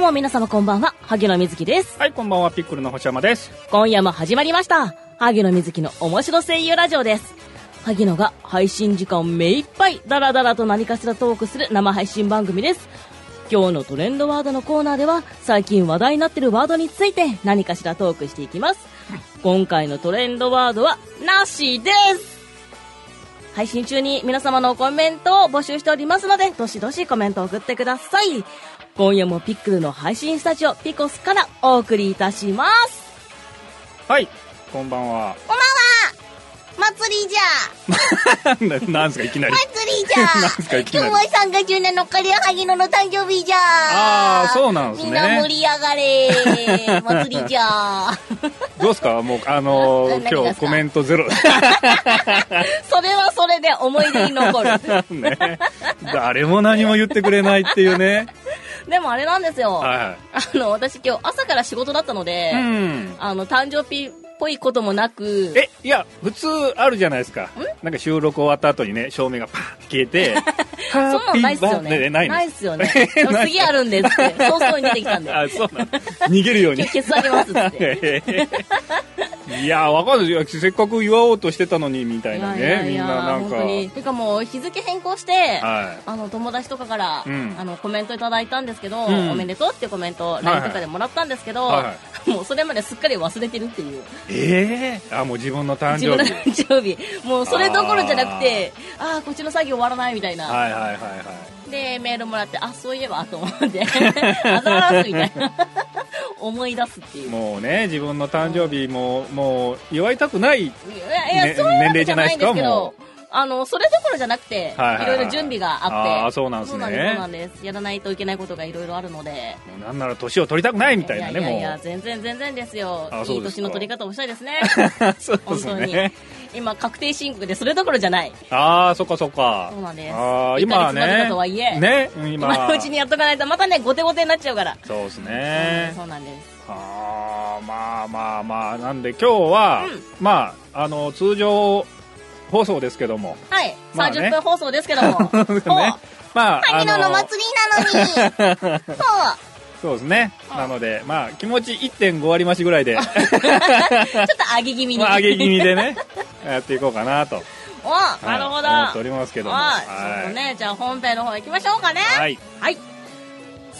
も皆様こんばんは、萩野瑞希です。はい、こんばんは、ピックルの星山です。今夜も始まりました、萩野瑞希の面白声優ラジオです。萩野が配信時間を目いっぱい、ダラダラと何かしらトークする生配信番組です。今日のトレンドワードのコーナーでは、最近話題になってるワードについて何かしらトークしていきます。今回のトレンドワードは、なしです配信中に皆様のコメントを募集しておりますので、どしどしコメントを送ってください。今夜もピックルの配信スタジオピコスからお送りいたします。はい、こんばんは。 祭りじゃななんすか、いきなり。祭りじゃなんすかいきなり今日は3月17日で萩野の誕生日じゃあーそうなんですねみんな盛り上がれ祭りじ ゃ どうすかもう、あのーあ 何が今っ日すかコメントゼロ。 それはそれで思い出に残 る。ね。誰も何も言ってくれないっていうね。でもあれなんですよ。はあの、私今日朝から仕事だったのでい。、うん。あの、誕生日っぽいこともなく、え、いや、普通あるじゃないですか。なんか収録終わった後にね、照明がパーンって消え て、そんハなのないっすよバースデね。ーないないのっすよね。でも次あるんです って、早々に出てきたんで。あ、そうなの。逃げるよう に今日。消すありますっつって。いや、わかんないいや。せっかく祝おうとしてたのに、みたいいやないねや。いみんやななん本か。当に。てかもう日付変更して、はい。あの友達とかから、うんあのコメントいただいたんですけど、うんおめでとうっていうコメントを LINE とかでもらったんですけど、はいはもうそれまですっかり忘れてるっていうええあもう自分の誕自分生の日誕生日もうそれどころじゃなくてああーこっちの作業終わらないみたいな、はいはいはいはいでメールもらってあそういえばと思って あざらすみたいな 思い出すっていうもうね自分の誕生日ももう祝いたくないいやいねやそういうわけじゃないんですけ年齢じゃないですかもどあのそれどころじゃなくて、はいはいはいろいろ準備があってあーそうなんですそうねなんですそうなんですやらないといけないことがいろいろあるのでもうなんなら年を取りたくないみたいなやねいやいやも全然全然ですよあいそういですか年の取り方をしたいですね う そうで本す当にね今確定申告でそれどころじゃないああそっかそっかそうなんですあー今は1ヶ月までねだとはいえねうん今今のうちにやっとかないとまたね後手後手になっちゃうから、そうですねそうなんですあーまあまあまあなんで今日は、まああの通常放送ですけどもはい、まあね30分放送ですけども ねもまあ萩野の祭りなのにそうそうですねなのでまあ気持ち1.5割増しぐらいでうちょっと上げ気味に、まあ、上げ気味でね やっていこうかなと、おはいなるほど、思っておりますけどもはい、はいそうねじゃあ本編の方行きましょうかねはいはい。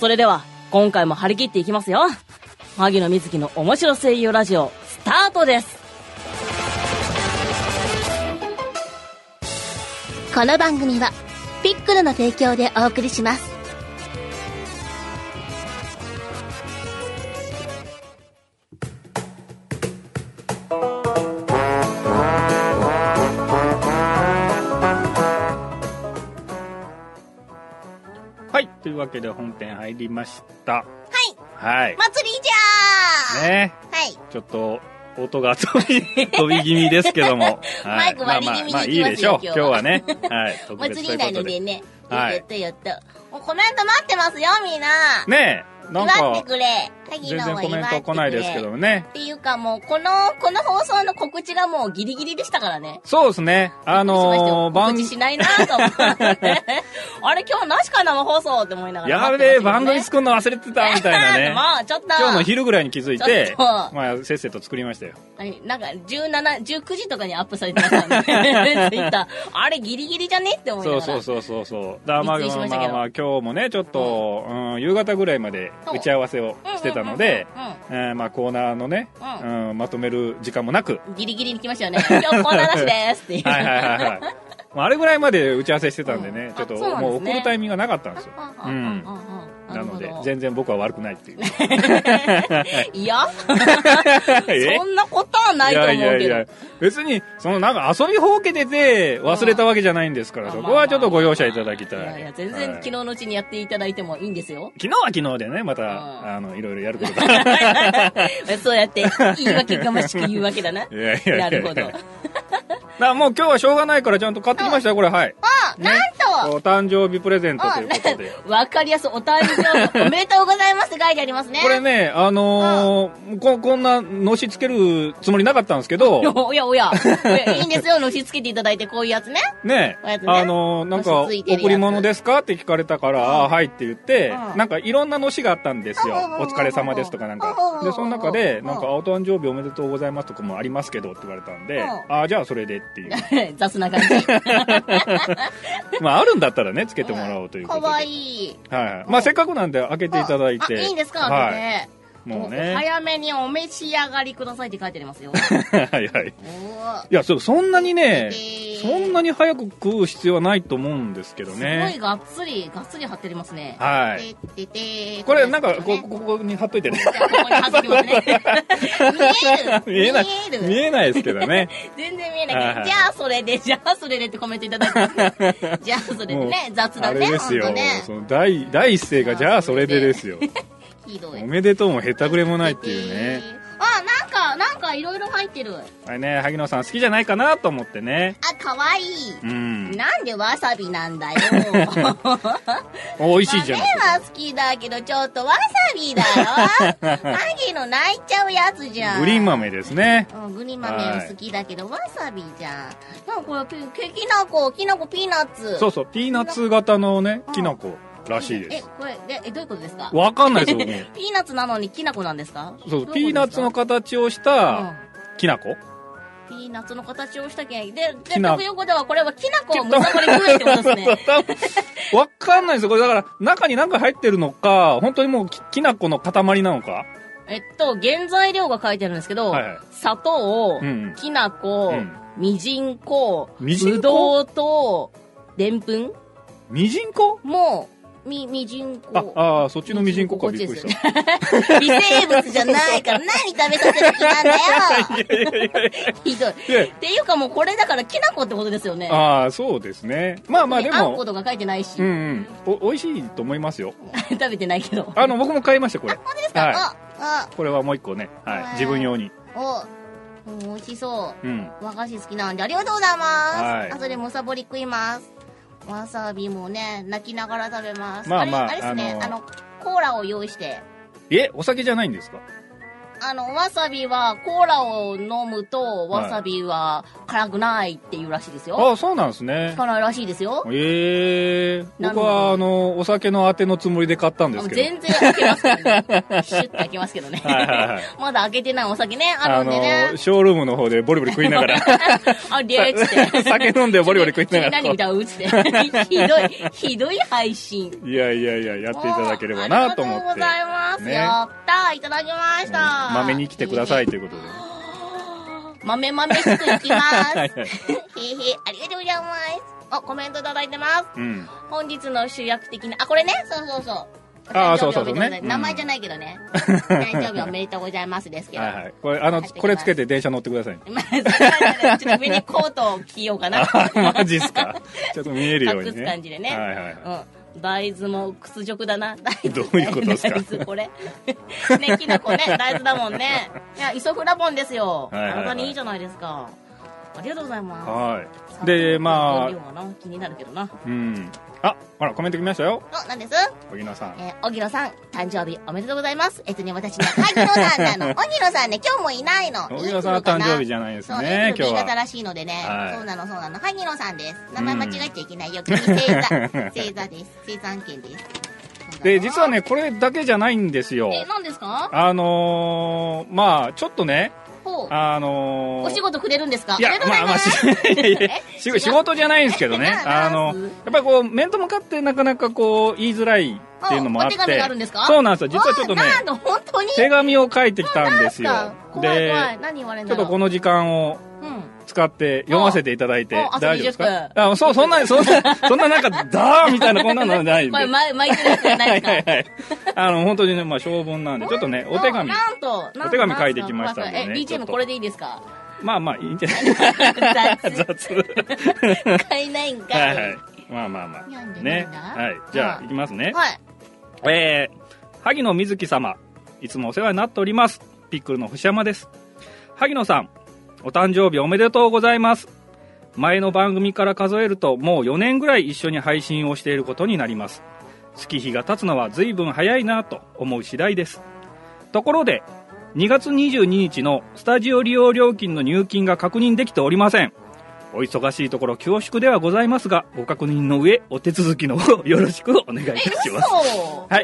それでは、今回も張り切っていきますよ。萩野瑞希の面白声優ラジオ、スタートです。この番組はピックルの提供でお送りしますはいというわけで本編入りましたはいはい祭りじゃー、ねはいちょっと音が飛び飛び気味ですけども、はマイク割り気味にまあまあまあいいでしょういきます今日よはねはい特別祭といりうなことのででねはいやったやったもうコメント待ってますよみんなねえなん祝ってかくれ萩全野然はコ祝メンってトく来れないですけどもねっていうかもう、この、この放送の告知がもうギリギリでしたからね。そうですねあのー、番番組しないなと思 って。あれ、今日なしか生放送って思いながらや待っべてえま番組したけどね作るの忘れてたみたい なねまあ、ちょっ と。今日の昼ぐらいに気づいちょてっとまあせっせと作りましたよはいなんか、17、19時とかにアップされてました ね。ツイッターあれ、ギリギリじゃねって思いながそうら。そうそうそうそうだからまあびっくりしまあましたまけあどまあ今日もねちょっと、うん夕方ぐらいまで打ち合わせをうんうんうんうんしてたので、うえーまあコーナーのね、ううんまとめる時間も なくんギリギリに来ましたよね。今日こんな話ですっていう。 はいはいはいはいまああれぐらいまで打ち合わせしてたんでね、うんちょっとあそうなんもうですね送るタイミングがなかったんですよああうあんああなのでるほど全然僕は悪くないっ ていういや、 えそんなことはないと思うけど。別にそのなんか遊びほうけてて忘れたわけじゃないんですから、そこはちょっとご容赦いただきたい、いやいや、全然はい昨日のうちにやっていただいてもいいんですよ。昨日は昨日でねまた、んあのいろいろやることが そうやって、言い訳がましく言うわけだな。いやいやいやいやなるほど。だからもう今日はしょうがないからちゃんと買ってきましたよこれはいあ、なんとお誕生日プレゼントということで。わかりやすい。お誕生日、おめでとうございますって書いてありますね。これね、あのーこ、こんなのしつけるつもりなかったんですけ ど、おやお や。おやいいんですよ。のしつけていただいて、こういうやつね。ねおやつねあのーなんか、のしついてるやつ贈り物ですかって聞かれたから、あーはいって言って、うんなんかいろんなのしがあったんですようんうんうん。うんお疲れ様ですとかなんうんうんかう。んで、その中で、うんなんか、あお誕生日おめでとうございますとかもありますけどって言われたんで、うんああ、じゃあそれでっていう。雑な感じ。まあ、あるんだったらね、つけてもらおうということかで。わいい。はい。まあ、せっかくなんで開けていただいて。あいいんですかはい。ね。もうおね。早めにお召し上がりくださいって書いてあり ますよ。はいはい。おーいや、そう、そんなにね、そんなにに早く食う必要はないと思うんですけどすごいね。がっつり、がっつり貼ってありますね。はい。てっててこれ、なんか、こねう、ここに貼っといてね。 じゃあここに貼ってきますね見見ええるない、見える見えないですけどね。全然見えない、はいはいじゃあそれでじゃあそれでってコメントいただいてます ねじゃあ それでね雑あだれねですよほんとね。その第、第一声が、じゃあそれでですよ。ひどいおめでとうもへたくれもないっていうね。あなんかなんかいろいろ入ってるああれね、萩野さん好きじゃないかなと思ってね。かわいい、うん。なんでわさびなんだよ 美味しいじゃない豆は好きだけどちょっとわさびだ よ萩野泣いちゃうやつじゃんグリーン豆ですね。うん、グリ豆は好きだけど、わさびじゃん。なんかこれ、ききなこ、きなこピーナッツ。そうそう、ピーナッツ型のねうん、きな粉らしいです。え、これ、で、え、どういうことですかわかんないですよ、もピーナッツなのにきなこなんですかう。そうどそうう、いピうことーナッですツかの形をしうたんきな粉ピーナッツの形をしたけん。で、きな全く横ではこれはきなこをむさぼり食えってことですね。 多分わかんないですよ。これだから、中に何か入ってるのか、本当にもうききな粉の塊なのか。えっと、原材料が書いてあるんですけど、はいはい砂糖、うんうんきなこ、うんみじんこ、みじんこぶどうと、でんぷんみじんこもう、み、みじんあこ、。あー、そっちのみじんこか、びっくりした。微生物じゃないから何食べさせる気なんだよいやいやいやいひどい。っやいていうかもうこれだからきな粉ってことですよね。や。ああ、そうですね。まあまあでねあんこも、とか書いてないし、うんうん。お、美味しいと思いますよ。 食べてない けど。あの、僕も買いました、これ。本当ですか、はい。あ、これはもう一個ね。はい。自分用に。あ、お、うん美味しそうん。う。和菓子好きなんでありがとうございます。はいあとでむさぼり食います。わさびもね、泣きながら食べます。まあまあれれですね、ああののコーラを用意して。え、お酒じゃないんですかあの、わさびは、コーラを飲むと、わさびは辛くないっていうらしいですよ。ああ、そうなんですね聞。かないらしいですよ。ええなるほど僕は、あの、お酒のあてのつもりで買ったんあでもうすけど。全然開けますけどね。 シュッて開けますけどね。はいはいはい。まだ開けてないお酒ね、ああるんでねの、。ショールームの方でボリボリ食いながら、 あ、りゃーっつって。酒飲んで ボリボリ食いながら何こ歌うっつっ て。ひどい、ひどい配信。う、いやいやいや、やっていただければなと思って。ありがとうございます。ねやったーいただきました。うん豆に来てくださいということで。豆豆しくいきます。はへへ、いはいありがとうございます。あ、コメントいただいてます。うん。本日の主役的な、あ、これね、そうそうそう。あー誕生日おめでとございますそうそうそうねうん名前じゃないけど ね。誕生日おめでとうございますですけど。はいはい。これ、あの、これつけて電車乗ってくださいね。まあ、それはねちょっと上にコートを着ようか な。マジっすか。 ちょっと見えるようにね。隠す感じでねはいはいはうん。大豆も屈辱だな。大豆 どういうことですか大豆これ。 ね、きなこね、大豆だもんね。いや、イソフラボンですよ。はいはいはいあなたにいいじゃないですか。ありがとうございい。まはい。す。で、ま分量はな気になるけどな。あ、うん。あ、ほら、コメント来ましたよ。お、なんです小木野さん。えー、おぎろさん、誕生日おめでとうございます。えっとね、私ね、萩野さんなの。おぎろさんね、今日もいない の。小木野さんは誕生日じゃないですそうね、今今日日は。は。らしいのでね。はいそうなの、そうなの。萩野さんです。名前間違えちゃいけないよ。君、ん 星座。星座です。星座案件です。で、実はね、これだけじゃないんですよ。え、何ですかあのー、まあ、ちょっとね、ほう。あのー、お仕事くれるんですかいやありがとうござまいまあまあす。し いやいや仕違う仕事じゃないんですけどねあのやっぱりこう面と向かってなかなかこう言いづらいっていうのもあってお手紙があるんですかそうなんですよ実はちょっとねわあなんだ、本当に手紙を書いてきたんですよなんか怖いで怖い。何言われんちだょっろとうこの時間をうん。使って読ませていただいておうおう大丈夫ですあかとあそうそんなそんなそんななんかダーみたいなこんなのはないんでこれ、ま、巻いてるやつじゃないで はいすかはいはいあの本当にねまあ小文なんでちょっとねお手紙なんと、なんとお手紙書いてきましたんでねえ、ちょ BGM っとこれでいいです かまあまあいいんじゃない雑雑 買えないんか。はいいはいまあまあま読んであみるねんだはいじゃあいきますねはい。えー、萩野瑞希様、いつもお世話になっております。ピックルの星山です。萩野さん、お誕生日おめでとうございます。前の番組から数えるともう4年ぐらい一緒に配信をしていることになります月日が経つのは随分早いなと思う次第ですところで2月22日のスタジオ利用料金の入金が確認できておりませんお忙しいところ恐縮ではございますがご確認の上お手続きの方よろしくお願いいたえ、し嘘ますは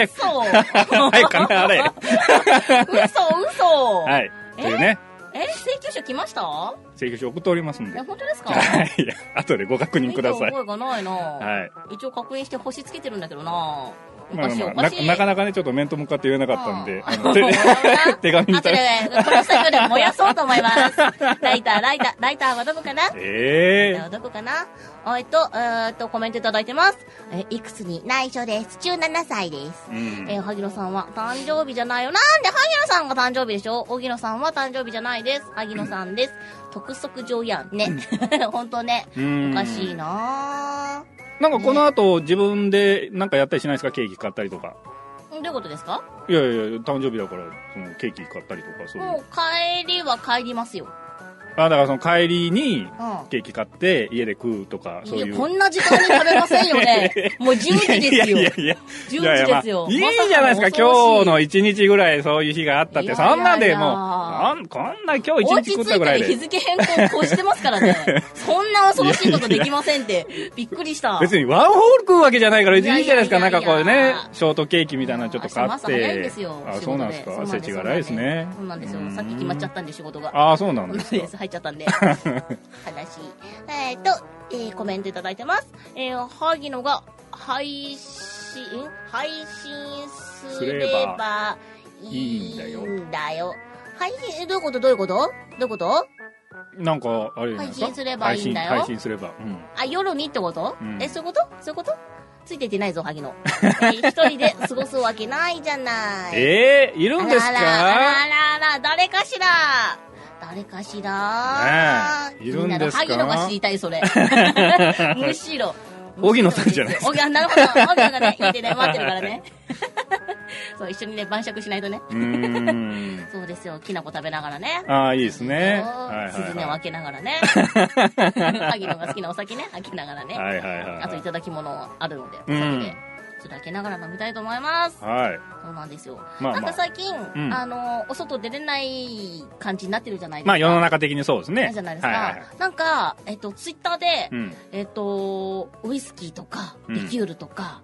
い嘘はい金払え嘘嘘。はいいというねえ、請求書来ました請求書送っておりますんえ、で本当ですかはい後でご確認くださ見いた覚えがないな、はい一応確認して星つけてるんだけどなおかまあしいまおあ、かなしいなかなかね、ちょっと面と向かって言えなかったんで、 ああーの手 手紙に後で対して。このスタジオで燃やそうと思い ますライターライターライターはどこかなライターえはどこかなあえっと、えーっと、コメントいただいてます。えいくつに内緒です。17歳ですえ。う んえー、萩野さんは誕生日じゃないよ。なんで萩野さんが誕生日でしょ荻野さんは誕生日じゃないです。萩野さんです。督促状やんね。 ほんとね。うんおかしいなぁ。なんかこの後、自分でなんかやったりしないですかケーキ買ったりとか。どういうことですかいやいやいや、誕生日だから、そのケーキ買ったりとか、そういう。もう帰りは帰りますよ。あ、だからその帰りに、うケーキ買って、家で食うとか、ん。そういいや、う。こんな時間に食べませんよ ね。もう10時ですよい。やいやいや。 10時ですよ。いやいやまあいいじゃないですか、今日の一日ぐらいそういう日があったっいて、やいやいやそんなでもう、なんこんな今日お一家日着食いったてぐらい日で。付変更こうしてますから ね。そんな恐ろしいことできませんって。びっくりした。別にワンホール食うわけじゃないから、いいじゃないですか、いなやいんやかいやいやこうね、ショートケーキみたいなのちょっと買明日もっ朝早いんでてすよ。。あ、そうなんです仕事か。そ世う知辛いですね。そうなんですよう。さっき決まっちゃったんで仕事が。ああ、そうなんそうでですす入か。っちゃった んで。悲しい。えーっと、えーコメントいただいてます。えー、萩野が配信、配信すればいいんだよ。すればいい配信、えどういうことどういうことどういうことなんか、あれじゃないです配か。信すればいいんだよ配信配信すれば。うん。あ、夜にってこと、うんえ、そういうことそういうことついていってないぞ、萩野。えー一人で過ごすわけないじゃない。 ええ、いるんですあらあらかあらあらあら、誰かしら誰かしら、ねえいるんですか気になる萩野が知りたい、そ れ。むしろ。荻野さんじゃないですか。荻野なるほど。荻野がね、言ってね、待ってるからね。 そう、一緒にね、晩酌しないとね。うーん。そうですよ、きな粉食べながらね。ああ、いいですね。はい鈴はいをは開けながら ね。萩野が好きなお酒ね、開けながらい。ね。はいはいはいあと、いただき物あるので、お酒うんで。ちょっと開けながら飲みたいと思います。はい。はい。そうなんですよ。まあなんまかあ。最近、んあのお外出れない感じになってるじゃないですか。まあ世の中的にそうですね。じゃないですか。はいはいはい。なんか、えっと、ツイッターで、うん。えっと、ウイスキーとか、うんリキュールとか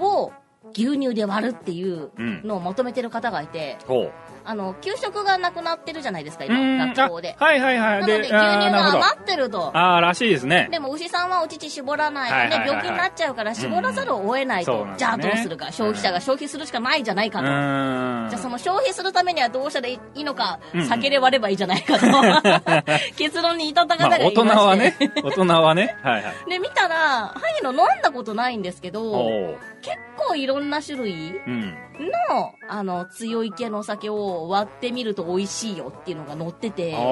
を牛乳で割るっていううん。のをまとめてる方がいて、ほう。あの、給食がなくなってるじゃないですか、うーん今、学校で。あはいはいなはのい。で、牛乳あーなるがほど。余ってると。ああ、らしいですね。でも牛さんはお乳絞らないのはでいはいはいは病い気になっちゃうから絞らざるを得ないと、うんそうなんでじすゃあよねどうするか消費者が消費するしかないじゃないかうと、ーん。じゃあその消費するためにはどうしたらいいのか、うんうん酒で割ればいいじゃないか と結論に至ったま方あがいま大して、人はね、 大人はね、はいはい。で見たら萩野飲んだことないんですけどおう結構いろんな種類うん。のあの強い系のお酒を割ってみると美味しいよっていうのが載っててなああ。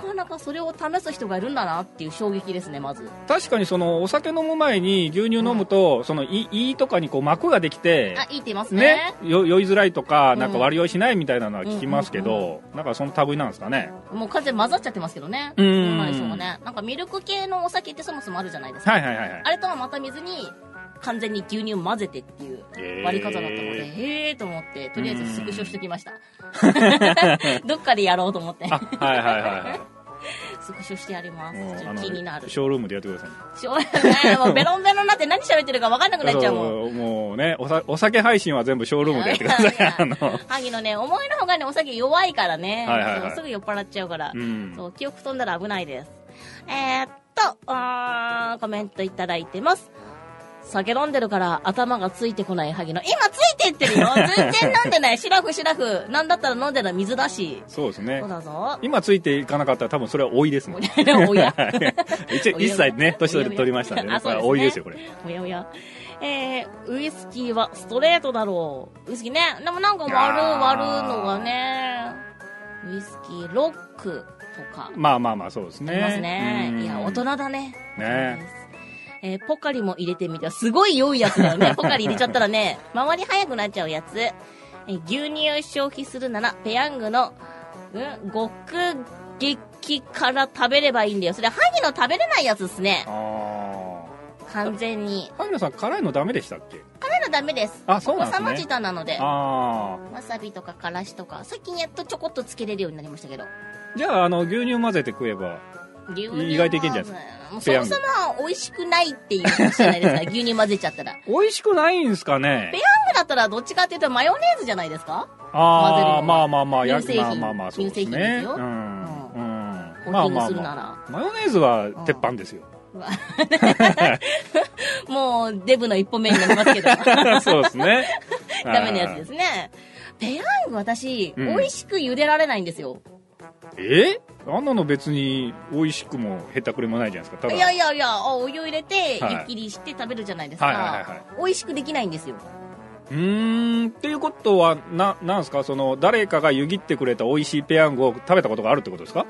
かなかそれを試す人がいるんだなっていう衝撃ですねまず確かにそのお酒飲む前に牛乳飲むと、その胃胃とかにこう膜ができてあ、いいって言いますねね、よ酔いづらいとか、うんなんか悪酔いしないみたいなのは聞きますけど、なんかその類なんですかね。もう完全に混ざっちゃってますけどねうどんうなんでしょうねなんかミルク系のお酒ってそもそもあるじゃないですか、はいはいはいはい。あれとはまた水に完全に牛乳を混ぜてっていう割り方だったので、えへえーと思って、とりあえずスクショしてきま した。どっかでやろうと思ってー。、あ、はいはいはいはい。スクショしてやりまもうす。 ちょあっのと気になる。ショールームでやってください。しょうがない。もうベロンベロンになって何喋ってるか分かんなくなっちゃうもん。そうもうねおさ、お酒配信は全部ショールームでやってくださいいや。あの、萩野ね、思いのほかね、お酒弱いからね。はいはいはいそうすぐ酔っ払っちゃうから。うん。そう、記憶飛んだら危ないです。えー、っと、あーコメントいただいてます。酒飲んでるから頭がついてこない萩野。今ついていってる よ全然飲んでないシラフシラフなんだったら飲んでるのは水だし。そうですねそう。だぞ。今ついていかなかったら多分それは老いですね。 おやはい一一切ね、年取り取りましたんでね。あそうですねこれ多いですよ、これ。おやおや。えー、ウイスキーはストレートだろう。ウイスキーね。でもなんか割る割るのがね。ウイスキー、ロックとか。まあまあまあ、そうですね。ありますね。うんいや、大人だね。ね大人ですえーポカリも入れてみた。すごい良いやつだよ ね。ポカリ入れちゃったらね、周り早くなっちゃうやつ。えー牛乳を消費するなら、ペヤングの、うん、極激きから食べればいいんだよ。それ、ハギの食べれないやつですね。あ完全に。あ萩野さん辛いのダメでしたっけ辛いのダメです。あそうなんですねお子様舌なので。ああわさびとかからしとか、最近やっとちょこっとつけれるようになりましたけど。じゃああの牛乳混ぜて食えば牛乳意外といけんじゃないもうそもそも美味しくないっていう話じゃないです か。牛乳混ぜちゃったら。美味しくないんですかねペヤングだったらどっちかっていうとマヨネーズじゃないですかああ混ぜるのはまあまあまあや乳製品まあまあまあそうで乳す製品でねすようん、ううんんコまーあティンまグあするなまあら。マヨネーズは鉄板ですよ、もうデブの一歩目になり ますけど。そうですね ダメなやつですね。ペヤング私、うん美味しく茹でられないんですよ。えあんなの別に美味しくもへったくれもないじゃないですかただいやいやいや、あお湯入れて、はい湯切りして食べるじゃないですはいはいはいはか。美味しくできないんですよ。うーんっていうことはななんですかその誰かが湯切ってくれた美味しいペヤングを食べたことがあるってことですか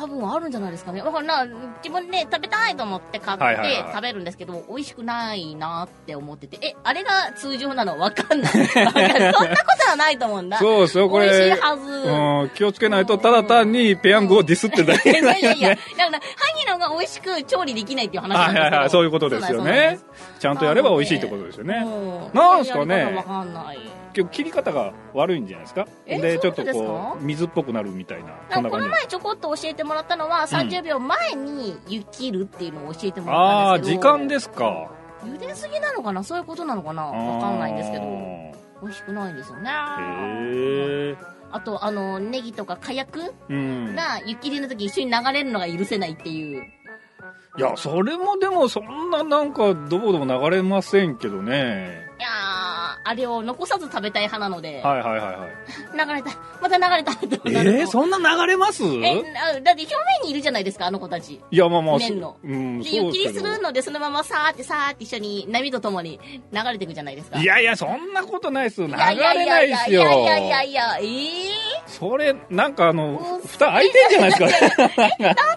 多分あるんじゃないですかね。だからな、自分で食べたいと思って買っはいはいはいてはい食べるんですけど、美味しくないなって思ってて、え、あれが通常なのわかんない。わかんないそんなことはないと思うんだ。そうそうこ美れ味しいはず。うん気をつけないとただ単にペヤングをディスってるだいけやだいやよいや、だねから、ハギのが美味しく調理できないっていう話な はんいですけはいどはいそういうことですよね。ちゃんとやれば美味しいってことですよねねなんすかねわかんない。今日切り方が悪いんじゃないですかえでちそょうなっとんですかこう水っぽくなるみたいななそんかこんな感のじ前ですちょこっと教えてもらったのは、30秒前に湯切るっていうのを教えてもあらったあんーですけ時ど。間ですか茹ですぎなのかなそういうことなのかなわかんないんですけど。美味しくないんですよね。あーへえあと、あの、ネギとか火薬うんが湯切りの時一緒に流れるのが許せないっていう。いやそれもでもそんななんかどぼどぼ流れませんけどねいやー、あれを残さず食べたい派なので、はいはいはいはい流れた、また流れたってえなるとー、そんな流れますえいあだって表面にいるじゃないですか、あの子たち。やまあまあそ麺のうんで、湯切りすどるので、そのままさーってさーって一緒に波とともに流れていくじゃないですか。いやいやそんなことないっすよ流れいやいやないいっやすいやよいやいやいや、ええそれなんかあうのん蓋開いてんじゃないですかだっ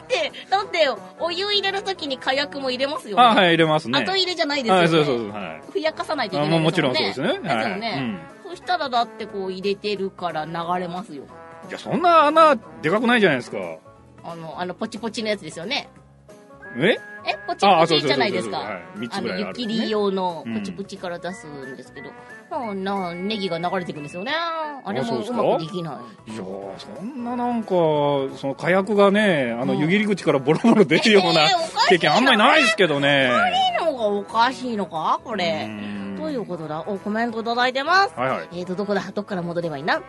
て、だって、お湯入れるときに火薬も入れますよね。あ はい入れますね後入れじゃないですよ、ね。はいそうそうそうはいふやかさないといあけもなういもですちもろんね。んそうですねですよはいね。そしたらだってこう入れてるから流れますよ。うんいやそんな穴でかくないじゃないですかあの、あの、ポチポチのやつですよね。ええポチあポあそうチそうそうそうじゃないですか。はい三あつぐらの、いあ湯る切り用のうんポチポチから出すんですけど、もうな、ネギが流れてくんですよね。あれあそもうですうかまくできない。いやーそんななんかその火薬がねあのうん湯切り口からボロボロ出るようなえーおかしいな経験あんまりないですけどねいいのがおかしいのかこれ。んどういうことだお、コメントいただいてます。はいはいえーと、どこだどっから戻ればいいな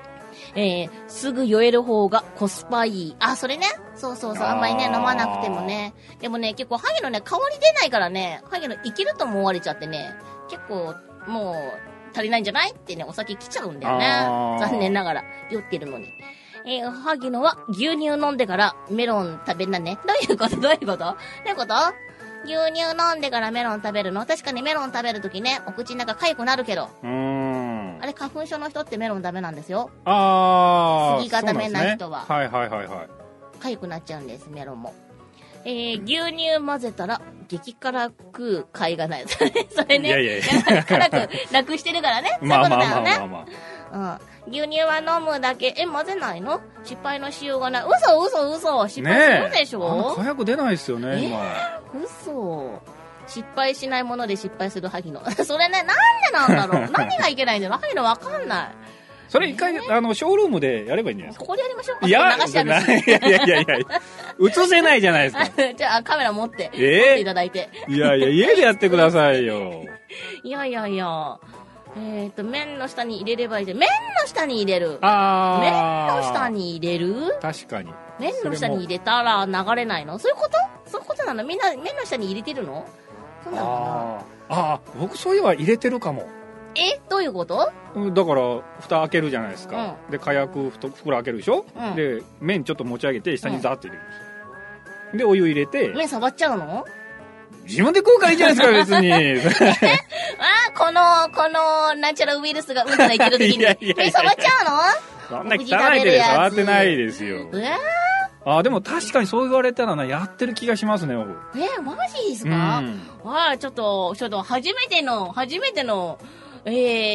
えー、すぐ酔える方がコスパいい。あ、それね。そうそうそう。あーあんまりね、飲まなくてもね。でもね、結構、ハゲのね、香り出ないからね、ハゲのいけると思われちゃってね、結構、もう、足りないんじゃないってね、お酒来ちゃうんだよあね。ー残念ながら、酔ってるのに。えー、ハギのは牛乳飲んでからメロン食べんなね。どういうことどういうことどういうこと牛乳飲んでからメロン食べるの確かにメロン食べるときね、お口の中痒くなるけど、うーんあれ花粉症の人ってメロンダメなんですよ。ああ杉がダメな人ははいはいはいはい痒くなっちゃうんです、メロンも。えー、牛乳混ぜたら激辛食う甲斐がない。 それそれね。いやいやいや辛く、楽してるからね。そういう まこあとまだあまよあまね。あまあうん。牛乳は飲むだけ。え、混ぜないの失敗のしようがない。嘘嘘嘘失敗するでしあのょ、火薬出ないですよねえ今嘘。失敗しないもので 失敗する萩野。それね、なんでなんだろ う。何がいけないんだろう萩野わかんなそれ一回あのショールームでやればいいんじゃない。いですかここでやりましょう。いや流してやるしいやいやいやいや映せないじゃないです か じゃあ、カメラ持って、え持っていただいて。いやいや家でやってくださいよいやいやいや。えっ、と、麺の下に入れればいいじゃん。麺の下に入れる。麺ああの下に入れる確かに麺の下に入れたら流れないのそういうことそういうことなのみんな麺の下に入れてるのそうなのかあーあー僕そういえば入れてるかもなえどういうことうんだから蓋開けるじゃないですか、で火薬ふと袋開けるでしょ、うんで麺ちょっと持ち上げて下にザーって入れるんですよでお湯入れて麺触っちゃうの自分で食うからいいじゃない ですか別にああ、この、この、なんちゃらウイルスがうんたらいけるとき いやいやいにや。麺触っちゃうそんな 汚い手で触ってないですよのえあーでも確かにそう言われたらなやってる気がしますね僕ー、えーマジですうか、んわあ、ちょっと、ちょっと、初めての、初めての、え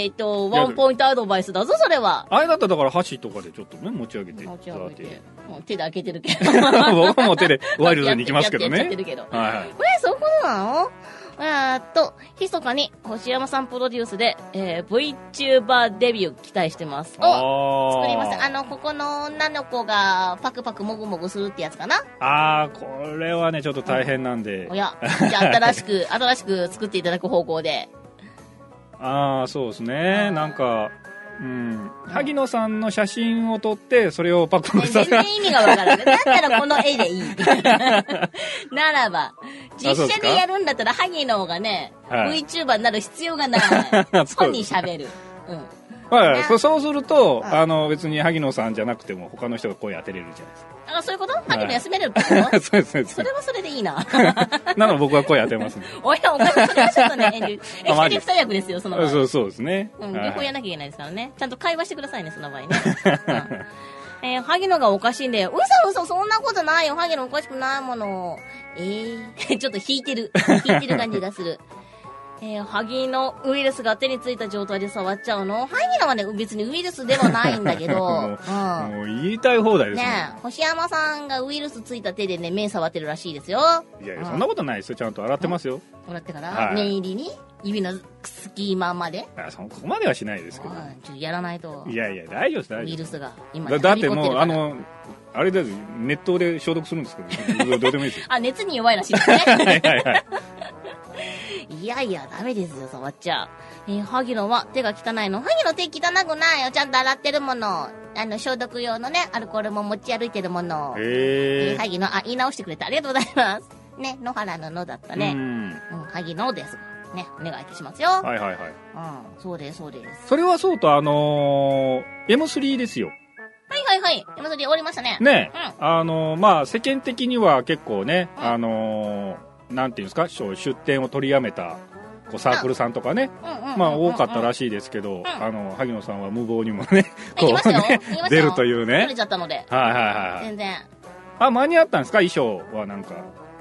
ーっと、ワンポイントアドバイスだぞ、それは。あれだったらだから箸とかでちょっとね持ち上げて持ち上げてザーって。もう手で開けてるけど。僕も手で ワイルドに行きますけどやってねるけど。はいはいこれ、そういうことなのえーっと、ひそかに、星山さんプロデュースで、えー、VTuber デビュー期待してます。おあー作ります。あの、ここの女の子が、パクパクもぐもぐするってやつかなあーこれはねちょっと大変なんで、おや。じゃあ、新し く、新しく作っていただく方向で。ああそうですねなんかうん萩野さんの写真を撮ってそれをパクパねクさ全せた然意味がわからない。だったらこの絵でいい。 ならば、実そう写ですかでやるんだったら、ハギの方がね、はい VTuber になる必要がない。 そう本で人すね喋る。うん。 はいはいそそうすると、うんあの別に萩野さんじゃなくても他の人が声当てれるじゃないですかあ、そういうことハギの休めるってこ とそうですそうですそれはそれでいいな。 なので僕は声当てますねおや、お金かかちゃった ね、演じる。え、あマ一ジ人二役ですよ、その場そ合。うそうですね、うはん、い両方やらなきゃいけないですからね。ちゃんと会話してくださいね、その 場合ね。うん、えー、萩野がおかしいんで、嘘嘘、そんなことないよ。萩野おかしくないもの。えー、 ちょっと引いてる。引いてる感じがする。えー、萩野ウイルスが手についた状態で触っちゃうの萩野はね、別にウイルスではないんだけ ども、うん。もう言いたい放題ですねねえ、星山さんがウイルスついた手でね、目触ってるらしいですよ。いやいうんやそんなことないですよちゃんと洗ってますよ、もらってから、はい念入りに、指の隙間まで、あそこまではしないですけど、うん、ちょっとやらないと、いやいや大丈夫ですウ大イ丈夫でルすスが今だだってもうああの、のあれだよ熱湯で消毒するんですけどどうでもいいで すよあ、熱に弱いらしいですね。はいはいはいいやいや、ダメですよ、触っちゃう。えー、萩野は手が汚いの萩野手汚くないよ、ちゃんと洗ってるもの。あの、消毒用のね、アルコールも持ち歩いてるもの。えへー、萩野、あ、言い直してくれてありがとうございます。ね、野原の野だったえね。んうん、萩野です。ね、お願いいたしますよ。はいはいはいうん、そうです、そうです。それはそうとあのー、M3 ですよはいはいはい。山崎終わりましたね。ねうん。あのーまあ世間的には結構ね、うんあのー、なんていうんですかそう出店を取りやめたこうサークルさんとかね、うんうんうんうんまあ多かったらしいですけど、んあの萩野さんは無謀にもね行きましたよね行きましたよ出るという取ねれちゃったので。はいはいはいはい全然。あ間に合ったんですか衣装はなんか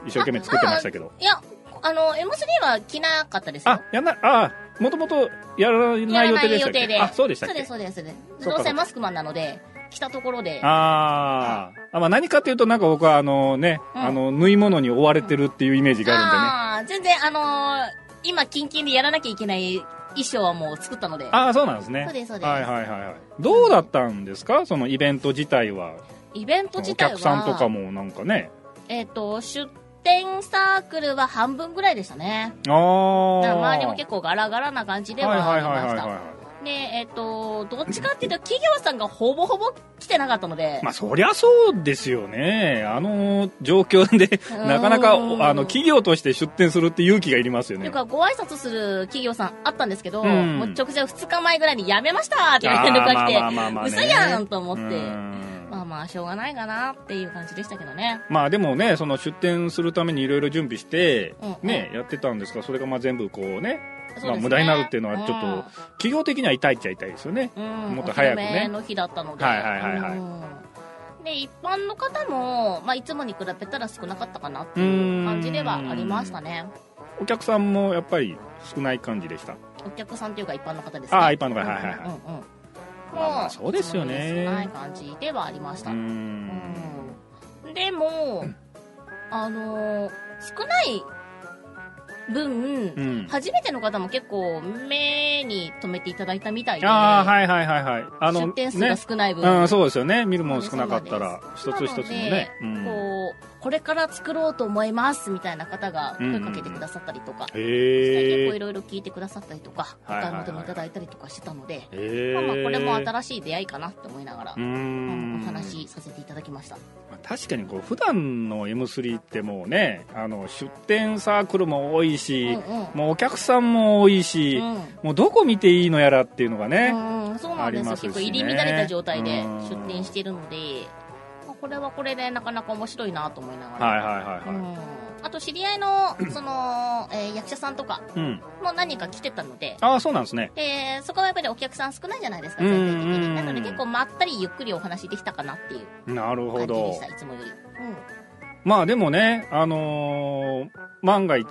一生懸命作ってましたけどいや、あの、M3 は着なかったですあよ。やんなあもともとやらない予定でしたっけやらない予定であそうでしたっそうけです、そうです。そっどかうせマスクマンなので、着たところで。あーあ、まあ、何かというとなんか僕はあのね、うんあの縫い物に追われてるっていうイメージがあるんでね、あー全然、あのー、今、キンキンでやらなきゃいけない衣装はもう作ったので。ああそうなんですねそうですそうですはいはいはいはいどうだったんですかそのイベント自体はイベントお自体は、客さんとかもなんかねえっ、と、出店サークルは半分ぐらいでしたね。ああだから周りも結構ガラガラな感じではありました。で、えっ、と、どっちかっていうと、企業さんがほぼほぼ来てなかったので、まあそりゃそうですよね。あの状況で、なかなか、うんあの、企業として出店するって勇気がいりますよといねう。か、ご挨拶する企業さんあったんですけど、うんもう直前2日前ぐらいに辞めましたっていうあー連絡が来て、まあまあまあね嘘やんと思って、うんまあまあ、しょうがないかなっていう感じでしたけどね。まあでもね、その出店するためにいろいろ準備してうん、うんね、やってたんですが、それがまあ全部こうね、そうですまあね無駄になるっていうのはちょっと、企業的には痛いっちゃ痛いですよね。うん、うんもっと早くねお披露目の日だったので。はいはいはいはいうんで、一般の方も、まあ、いつもに比べたら少なかったかなってういんう感じではありましたね。お客さんもやっぱり少ない感じでした。お客さんというか一般の方ですね。ああ、一般の方、はいはいうんはうんうんまあまあそうですよねもういつもより少ない感じではありましい。うた。ん。うんで も、あのー少ない分、うん。初めての方も結構目に留めていただいたみたいで、ああ、はいはいはいはい。あ出店数が少ない分、うん、そうですよね。見るもん少なかったら、一つ一つのね。うなのでんこうこれから作ろうと思いますみたいな方が声かけてくださったりとか、結へ構いえ。ろいろ聞いてくださったりとか、はいはいはおい買い求めいただいたりとかしてたので、へまあまあこれもし新しい出会いかなって思いながら、うーんうんお話しさせていただきました。まあ確かにこう普段の M3 ってもうねあの出店サークルも多うんうんいし、もうお客さんも多いし、もうどこ見ていいのやらっていうのがうね、んうん、そうなんですよありますしね結構入り乱れた状態でうん出店しているので、まあこれはこれでなかなか面白いなと思いながら、はいはいはいはうんあと知り合いのその、えー役者さんとかい、うんも何人か来てたのでああそうなんですねでそこはやっぱりお客さん少ないじゃないですかうん全体的うんになので結構まったりゆっくりお話できたかなっていうなるほ感じでしたどいつもより、うんまあでもね、あのー万が一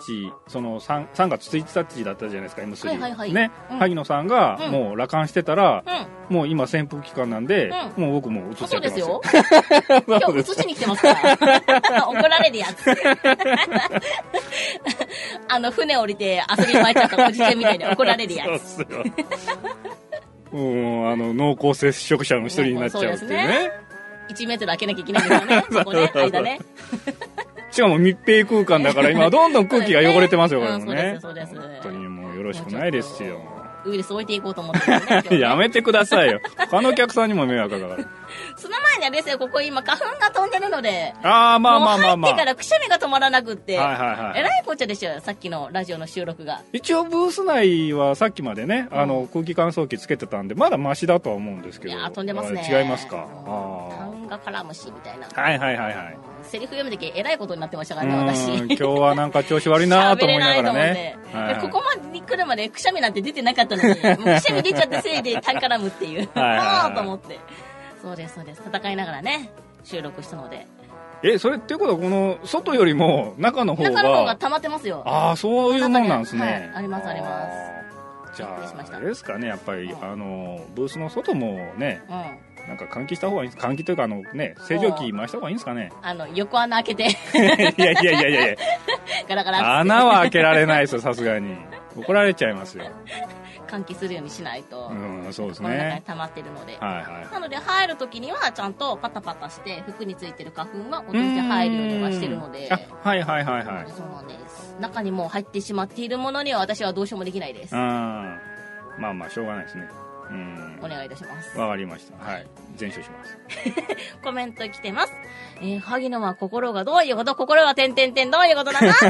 その 3, 3月1日だったじゃないですか M3、はいはいはいね、うん萩野さんがうんもう羅漢してたら、うん。もう今潜伏期間なんで、うもう僕もう移っちゃっそうでてますすよよ。 今日移しに来てますから。 怒られるやつ。あの、船降りて遊びに参っちゃったおじちゃんみたいに怒られるやつ。そうっすようんあの濃厚接触者の一人になっちゃうっていうねそうです1メートル開けなきゃいけないんですよね。そ こね、間ね。しかも密閉空間だから今どんどん空気が汚れてますよこれもねうんそうですそうです本当にもうよろしくないですよウイルス置いていこうと思ってるんでね。今日ね やめてくださいよ他のお客さんにも迷惑がかかるその前にあれですよ、ここ今花粉が飛んでるので、ああまあまあまもあまう入あってからくしゃみが止まらなくって、はいはいはいえらいこっちゃでしょ、さっきのラジオの収録が。一応ブース内はさっきまでね、あの空気乾燥機つけてたんでまだマシだとは思うんですけいどやー、飛んでますねあ。違いますかうん花あ粉が絡むし、みたいな。ーはいはいはいはいセリフ読むとき、えらいことになってましたからね、私。うん今日はなんか調子悪いなーと思いなが喋れらねないと思ってはいはいここまで来るまでくしゃみなんて出てなかったのに、もうくしゃみ出ちゃってせいでタンカラムっていう。はいはいはいあーと思って。そうです、そうです。戦いながらね、収録したので。えそれっていうことはこの外よりも中の方中の方がが溜まってますよ。ああそういうもんなんです中にね、はいありますありますすじびっくりゃしましあたあれですかねやっぱり、うんあのブースの外もねうん。なんか換気した方がいいんです換気というかあのね清浄機回した方がいいんですかね あの、横穴開けて、いやいやいやいやいガラガラってや穴は開けられないですよさすがに怒られちゃいますよ換気するようにしないと、うんそうですこの中にね溜まってるので。はいはいなので入るときにはちゃんとパタパタして服についてる花粉は落として入るようにはしてるのであはいはいはいはいそうなんです中にもう入ってしまっているものには私はどうしようもできないですあーまあまあしょうがないですねうんお願いいたしますわかりましたはい全処しますコメント来てます。えー、萩野は心がどういうこと心は点々点どういうことだな はい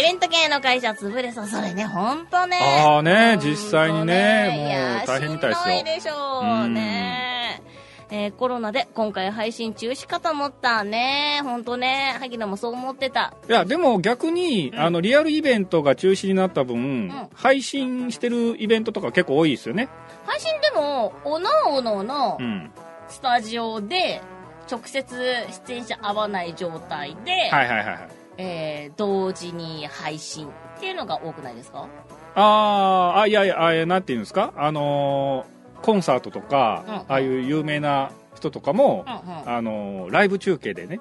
イベント系の会社潰れそう。それね、ほんとね。ああねほんと実際にねいやーもう大変みたいですしんよどいでしょううんね。えーコロナで今回配信中止かと思ったね。ほんとね。萩野もそう思ってた。いやでも逆に、あのリアルイベントが中止になった分、ん配信してるイベントとか結構多いですよね、配信でも、おのおののうん、スタジオで、直接出演者合わない状態で、はいはいはいはいえー同時に配信っていうのが多くないですかあーあいやいやあえなんていうんですかあのーコンサートとか、うんああいう有名な人とかもうん、うん。ああのーライブ中継でね、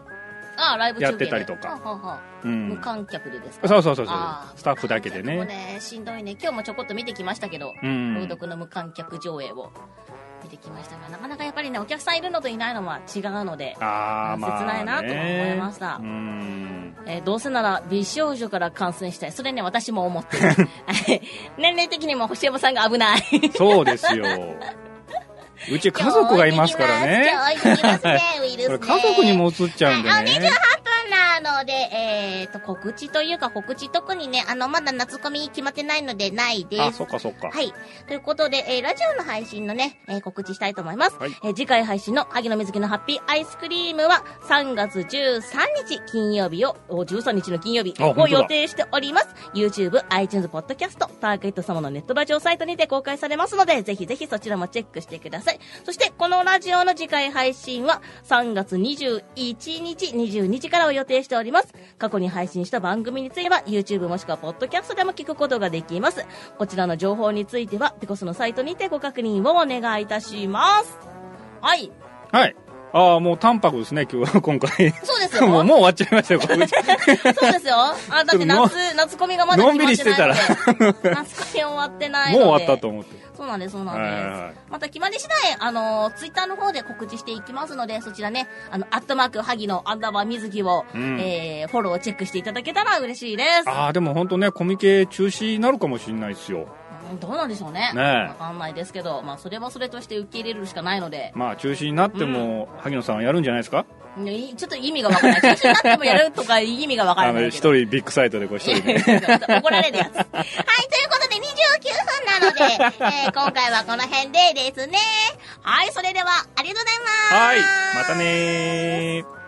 あ、ライブ中継でやってたりとかはあはあはあうん、無観客でですかそうそうそうそうあースタッフだけで無観ね客もね、しんどいね。今日もちょこっと見てきましたけど、う朗ん読の無観客上映を見てきましたが、なかなかやっぱりね、お客さんいるのといないのは違うので、ああまあ、ね、切ないなと思いましたうんえーどうせなら美少女から感染したい。それね、私も思 ってる。はい年齢的にも星山さんが危ない。そうですようち家族がいますからね今日置いてきますね、ウイルス、ね。家族にも移っちゃうんではいあね、なので、えー、と、告知というか、告知特にね、あの、まだ夏コミ決まってないので、ないであす。そっかそっかはい。ということで、えー、ラジオの配信のね、えー告知したいと思います。はいえー次回配信の、萩野瑞希のハッピーアイスクリームは、3月13日金曜日を、お13日の金曜日あを本当だ予定しております。YouTube、iTunes、Podcast、ターゲット様のネットラジオサイトにて公開されますので、ぜひぜひそちらもチェックしてください。そして、このラジオの次回配信は、3月21日22時からを予定しております。過去に配信した番組については、YouTube もしくは Podcast でも聞くことができます。こちらの情報については、ペコスのサイトにてご確認をお願いいたします。はい。はい。ああ、もう淡白ですね、今日は、今回。そうです もう、よ。もう終わっちゃいましたよ、これそうですよ。あ、だってちょっと夏、夏コミがまだ決まってないのんびりんで夏コミ終わってないものうで。終わったと思って。そうなんです、そうなんはいはいはです。いまた決まり次第、あの、ツイッターの方で告知していきますので、そちらね、あの、アットマーク、萩野、アンダーバー、水木を、うんえー、フォローチェックしていただけたら嬉しいです。ああ、でも本当ね、コミケ中止になるかもしれないですよ。うんどうなんでしょうね。ねえわかんないですけど、まあ、それはそれとして受け入れるしかないので、まあ、中止になっても、萩野さんはやるんじゃないですかいちょっと意味がわからない。写真になってもやるとか意味がわかあらの、ない一けど。人ビッグサイトで こう一人ね。怒られるやつ。はい、ということで29分なので、 えー今回はこの辺でですね。はい、それではありがとうございます。はい。またねー。